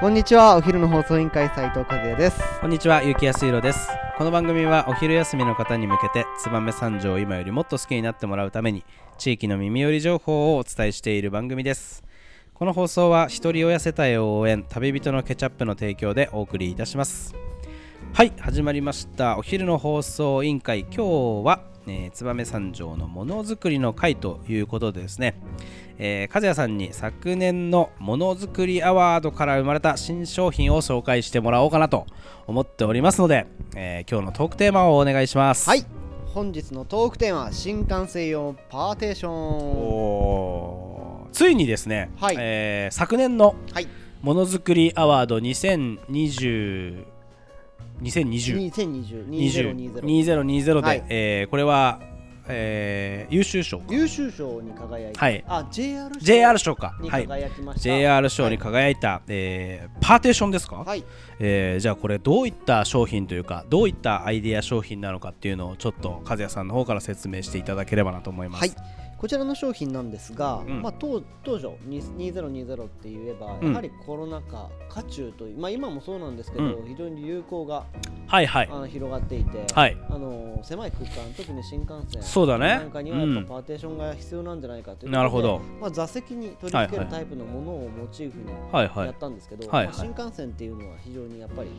こんにちはお昼の放送委員会斉藤和也ですこんにちは、ゆきやすいろです。この番組はお昼休みの方に向けて、燕三条を今よりもっと好きになってもらうために、地域の耳寄り情報をお伝えしている番組です。この放送は、ひとり親世帯を応援、旅人のケチャップの提供でお送りいたします。はい、始まりました。お昼の放送委員会、今日は、えー、燕三条のものづくりの会ということでですね、えー、和也さんに昨年のものづくりアワードから生まれた新商品を紹介してもらおうかなと思っておりますので、えー今日のトークテーマをお願いしますはい本日のトークテーマは新幹線用パーテーションおーついにですね、はいえー昨年のはいものづくりアワード2020 2020 2020 2020 2020 2020で、はいえーこれは、えー優秀賞優秀賞に輝いた、はいあ JR 賞 JR 賞か、にはい、輝きました、 JR 賞に輝いた、えーパーテーションですか、はいえーじゃあこれどういった商品というかどういったアイデア商品なのかっていうのをちょっと和也さんの方から説明していただければなと思います、はい、こちらの商品なんですが、うんまあ、当当初に2020って言えば、うんやはりコロナ禍渦中という、まあ、今もそうなんですけど、う非常に流行がはいはいあの広がっていて、はいあの狭い空間特に新幹線そうだねなんかにはやっうんぱパーテーションが必要なんじゃないかということで、なるほどまあ、座席に取り付けはいはるいタイプのものをモチーフにはいはやいったんですけど、はいはいまあ、新幹線っていうのは非常にやっぱり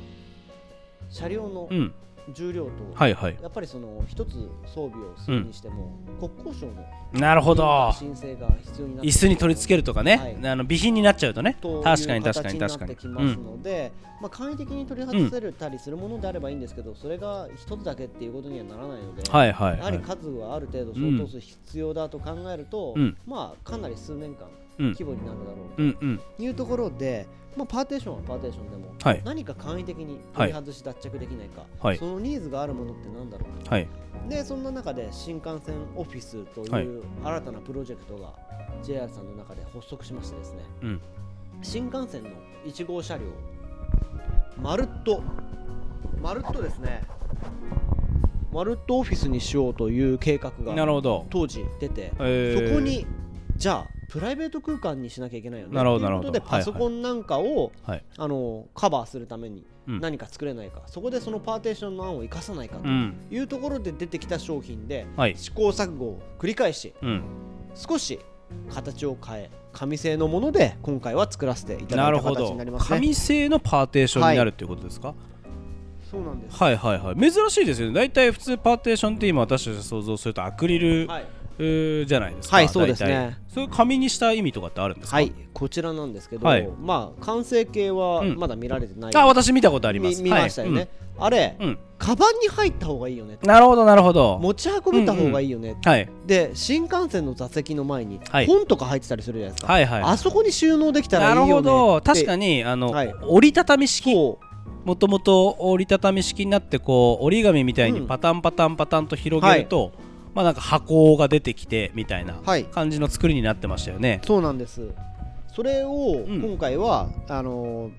車両のうん重量と、はいはいやっぱりその一つ装備をするにしても、国交省のなるほど申請が必要になってくる椅子に取り付けるとかね、はいあの備品になっちゃうとねという確かに確かに形確かになにってきまうすんので、まあ、簡易的に取り外せたりするものであればいいんですけど、それが一つだけっていうことにはならないので、はいはいやははりい数はある程度相当数必要だと考えると、うんまあ、かなり数年間うん規模になるだろううんうんというところで、まあ、パーテーションはパーテーションでも、はい何か簡易的に取り外し脱着できないか、はいそのニーズがあるものってなんだろうはいでそんな中で新幹線オフィスとはいいう新たなプロジェクトが JR さんの中で発足しましてですね、うん新幹線の1号車両まるっとまるっとですねまるっとオフィスにしようという計画なるがほど、当時出て、えーそこにじゃあプライベート空間にしなきゃいけないよねなるほどということでなるほどはパいソコンなんかを、はいあのカバーするためにうん何か作れないか、そこでそのパーテーションの案を生かさないかうとんいうところで出てきた商品ではい試行錯誤を繰り返しうん少し形を変え紙製のもので今回は作らせていただないるたほ形どになりますね紙製のパーテーションになるということですか、そうなんですはいはいはい珍しいですよね大体普通パーテーションって今私たちが想像するとアクリル、はい、えーじゃないですかはいそうですね大体そういう紙にした意味とかってあるんですか、はい、こちらなんですけど、はいまあ完成形はうんまだ見られてない、あ私見たことありまみす見ましたよね、はいあれ、うん、うんカバンに入った方がいいよねなるほどなるほど持ち運べた方がいいよね、はいで新幹線の座席の前にはい本とか入ってたりするじゃないですか、はいはいあそこに収納できたらいいなよるねほど確かににあの、はい折りたたみ式そもともと折りたたみ式になってこう折り紙みたいにパタンパタンパタンと広げると、まあなんか箱が出てきてみたいなうはい感じの作りになってましたよね、そうなんですそれをうん今回は、あのー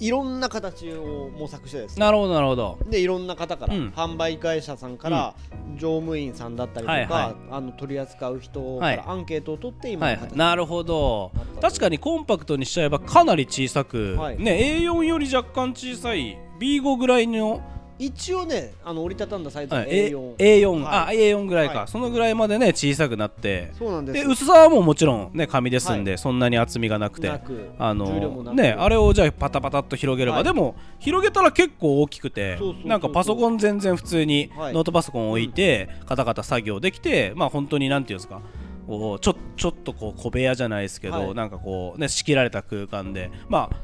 いろんな形を模索してですねなるほどなるほどでいろんな方から、うん販売会社さんから、乗務員さんだったりとか、はいはあの取り扱う人かはらいアンケートを取って今はのい形はい、にななっるほどたという確かにコンパクトにしちゃえばかなり小さく、はいね、A4 より若干小さい B5 ぐらいの、一応ねあの折りたたんだサイズははい A4、 A- A4 あは A4 ぐらいか、はいそのぐらいまでね小さくなってそうなんですで薄さはもうもちろん、ね、紙ですんで、はそんなに厚みがなくてなくあ重量もなのくね、あれをじゃあパタパタっと広げれば、はいでも広げたら結構大きくそてうそうそうそうなんかパソコン全然普通にはいノートパソコン置いて、カタカタ作業できてまあ本当になんていうんですかこうちょちょっとこう小部屋じゃないですけど、はいなんかこうね仕切られた空間でまあ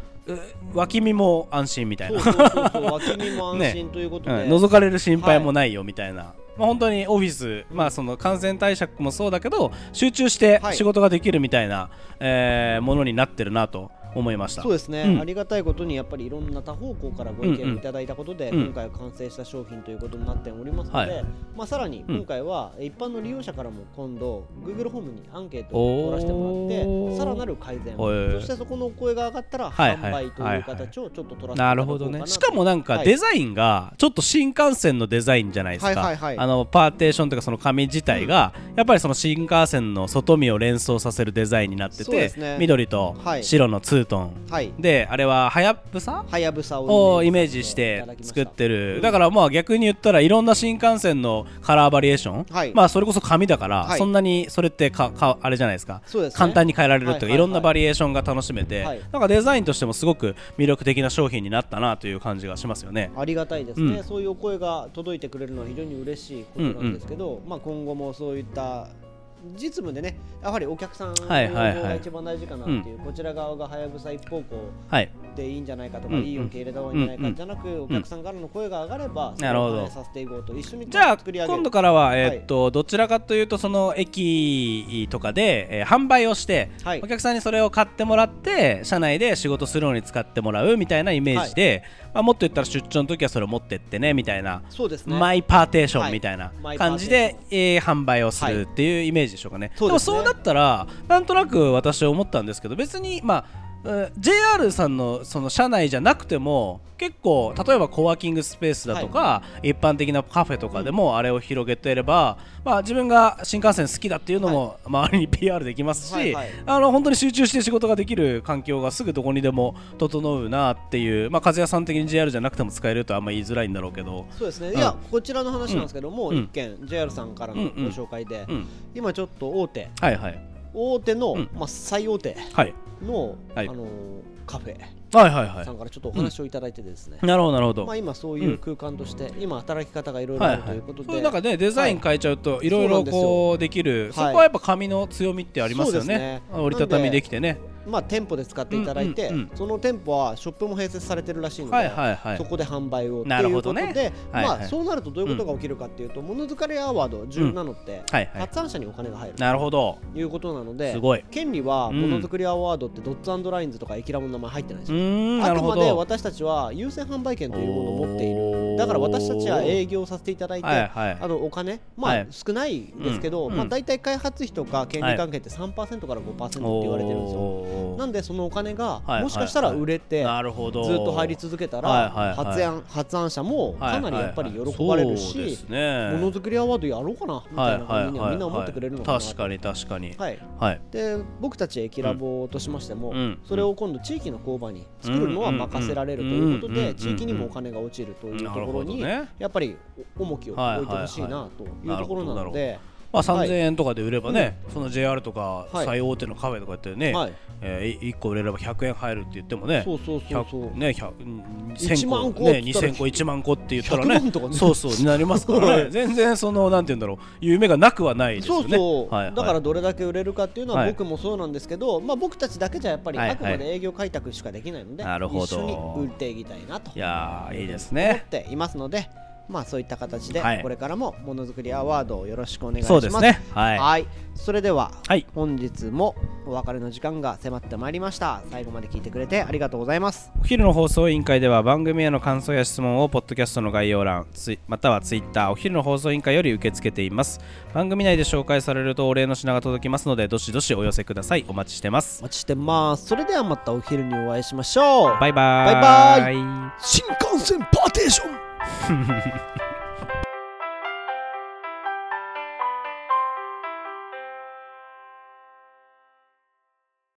う脇見も安心みたいそうなそうそうそう脇見も安心ということで、うん覗かれる心配もないよみたいな、まあ、本当にオフィス、まあ、その感染対策もそうだけど集中してはい仕事ができるみたいな、えーものになってるなと思いましたそうですね、うんありがたいことにやっぱりいろんな多方向からご意うん見うんいただいたことで、うん今回は完成した商品ということになっておりますので、はいまあ、さらにうん今回は一般の利用者からも今度 Google ホームにアンケートをおー取らせてもらってさらなる改善へーそしてそこのお声が上がったらはい販はい売とはいいう形をちょっと取らせていただこうかななるとほどねしかもなんかデザインがちょっと新幹線のデザインじゃないですか、はいはいはいあのパーテーションというかその紙自体が、やっぱりその新幹線の外見を連想させるデザインになってそうでて、すね緑とはい白のツールトンはいであれははやぶさはやぶさををイイメメーージジししてて作作っっててるるだだかからまあ逆に言ったらいろんな新幹線のカラーバリエーション、はいまあそれこそ紙だから、はいそんなにそれってかかあれじゃないですかそうですね簡単に変えられるというか、はいいはいろんなバリエーションが楽しめて、はいなんかデザインとしてもすごく魅力的な商品になったなという感じがしますよね。ありがたいですね、うんそういうお声が届いてくれるのは非常に嬉しいことなんですけど、まあ、今後もそういった実務でねやはりお客さんのはい要はいはい望が一番大事かなっていう、こちら側がはやぶさ一方向はい、でいいんじゃないかとか、うんうんいい音形入れた方がいいんじゃないか、うんじゃなくお客さんからの声が上がれば、それなるほをど反映させていこうと一緒にじゃあ作り上げる今度からは、えーっとどちらかというとその駅とかで、えー販売をして、はいお客さんにそれを買ってもらって社内で仕事するのに使ってもらうみたいなイメージで、まあ、もっと言ったら出張の時はそれを持ってってねみたいな、そうですね、マイパーテーションみたいなはいマイパー感テーじションで、えー販売をするっていうイメージでしょうかね,、そうですねもそうなったらなんとなく私は思ったんですけど別にまあうん JR さんのその社内じゃなくても結構例えばコワーキングスペースだとか、一般的なカフェとかでもあれを広げていれば、まあ、自分が新幹線好きだっていうのも周りに PR できますし、はいはいあの本当に集中して仕事ができる環境がすぐどこにでも整うなっていう、まあ、和也さん的に JR じゃなくても使えるとあんま言いづらいんだろうけど、そうですね、うんいやこちらの話なんですけども、うん一件 JR さんからのご紹介で、うん、今ちょっと大手はいはい大手の、うんまあ、最大手はいの、はいあのーカフェはいはいはさんからちょっとお話をいただいてですね、いなるほどなるほど、まあ、はい今そういう空間として、今働き方がいろいろはあいるということで、そうなんかねデザイン変えちゃうといろいそうなろんですよこうできるそはいこはやっぱ紙の強みってありますよそうねですね折りたたみできてねまあ、店舗で使っていただいて、うんうんうんその店舗はショップも併設されてるらしいので、はいはいはいそこで販売をってなるいほうどことで、ねはいまはいあ、そうなるとどういうことが起きるかっていうと、ものづかりアワード17って、はいはい発案者にお金が入るなるほどということなのですごい権利はうんものづくりアワードってドッツラインズとかエキラボの名前入ってないんでうすーよ、んなあるくほまでど私たちは優先販売権というものを持っているるだから私たちは営業させていただいて、はいはいあのお金、まあはい少ないですけど、うんまうあ、ん大体開発費とか権利関係って3%から5%って言われてるんですよ。おーなんでそのお金がいはいもしかしたら売れてずなるほどっと入り続けたはいはいはらい発案発案者もかなりやっぱり喜ばはいれはいはるいそうでしすねものづくりアワードやろうかなみたいな感じにはみんな思ってくれるのかな確かに確かにはい、はいで僕たち駅ラボとしましても、うんそれを今度地域の工場に作るのは任せられるということうんうんで、うん地域にもお金が落ちるというところに、なるほどねやっぱり重きを置いてほしいなというところなので、まあ、はい3000円とかで売ればね、その JR とかはい最大手のカフェとかやってね、はいえー、1個売れれば100円入るって言ってもねそうそうそうそう100ね100 1000 1個万個ねって言ったら2000個1万個って言ったらね100万とかねそうそうになりますからね全然そのなんて言うんだろう夢がなくはないですそようねそう、はいはいだからどれだけ売れるかっていうのははい僕もそうなんですけど、まあ、僕たちだけじゃやっぱりはいはいあくまで営業開拓しかできないので、なるほど一緒に売っていきたいなといやーいいです思っねていますので、まあ、そういった形ではいこれからもものづくりアワードをよろしくお願いしそまうす。ですねはいはい、それでは、はい本日もお別れの時間が迫ってまいりました最後まで聞いてくれてありがとうございますお昼の放送委員会では番組への感想や質問をポッドキャストの概要欄ツイまたはツイッターお昼の放送委員会より受け付けています番組内で紹介されるとお礼の品が届きますのでどしどしお寄せくださいお待ちしてますお待ちしてますそれではまたお昼にお会いしましょうバイバーイバイバ新幹線パーテーション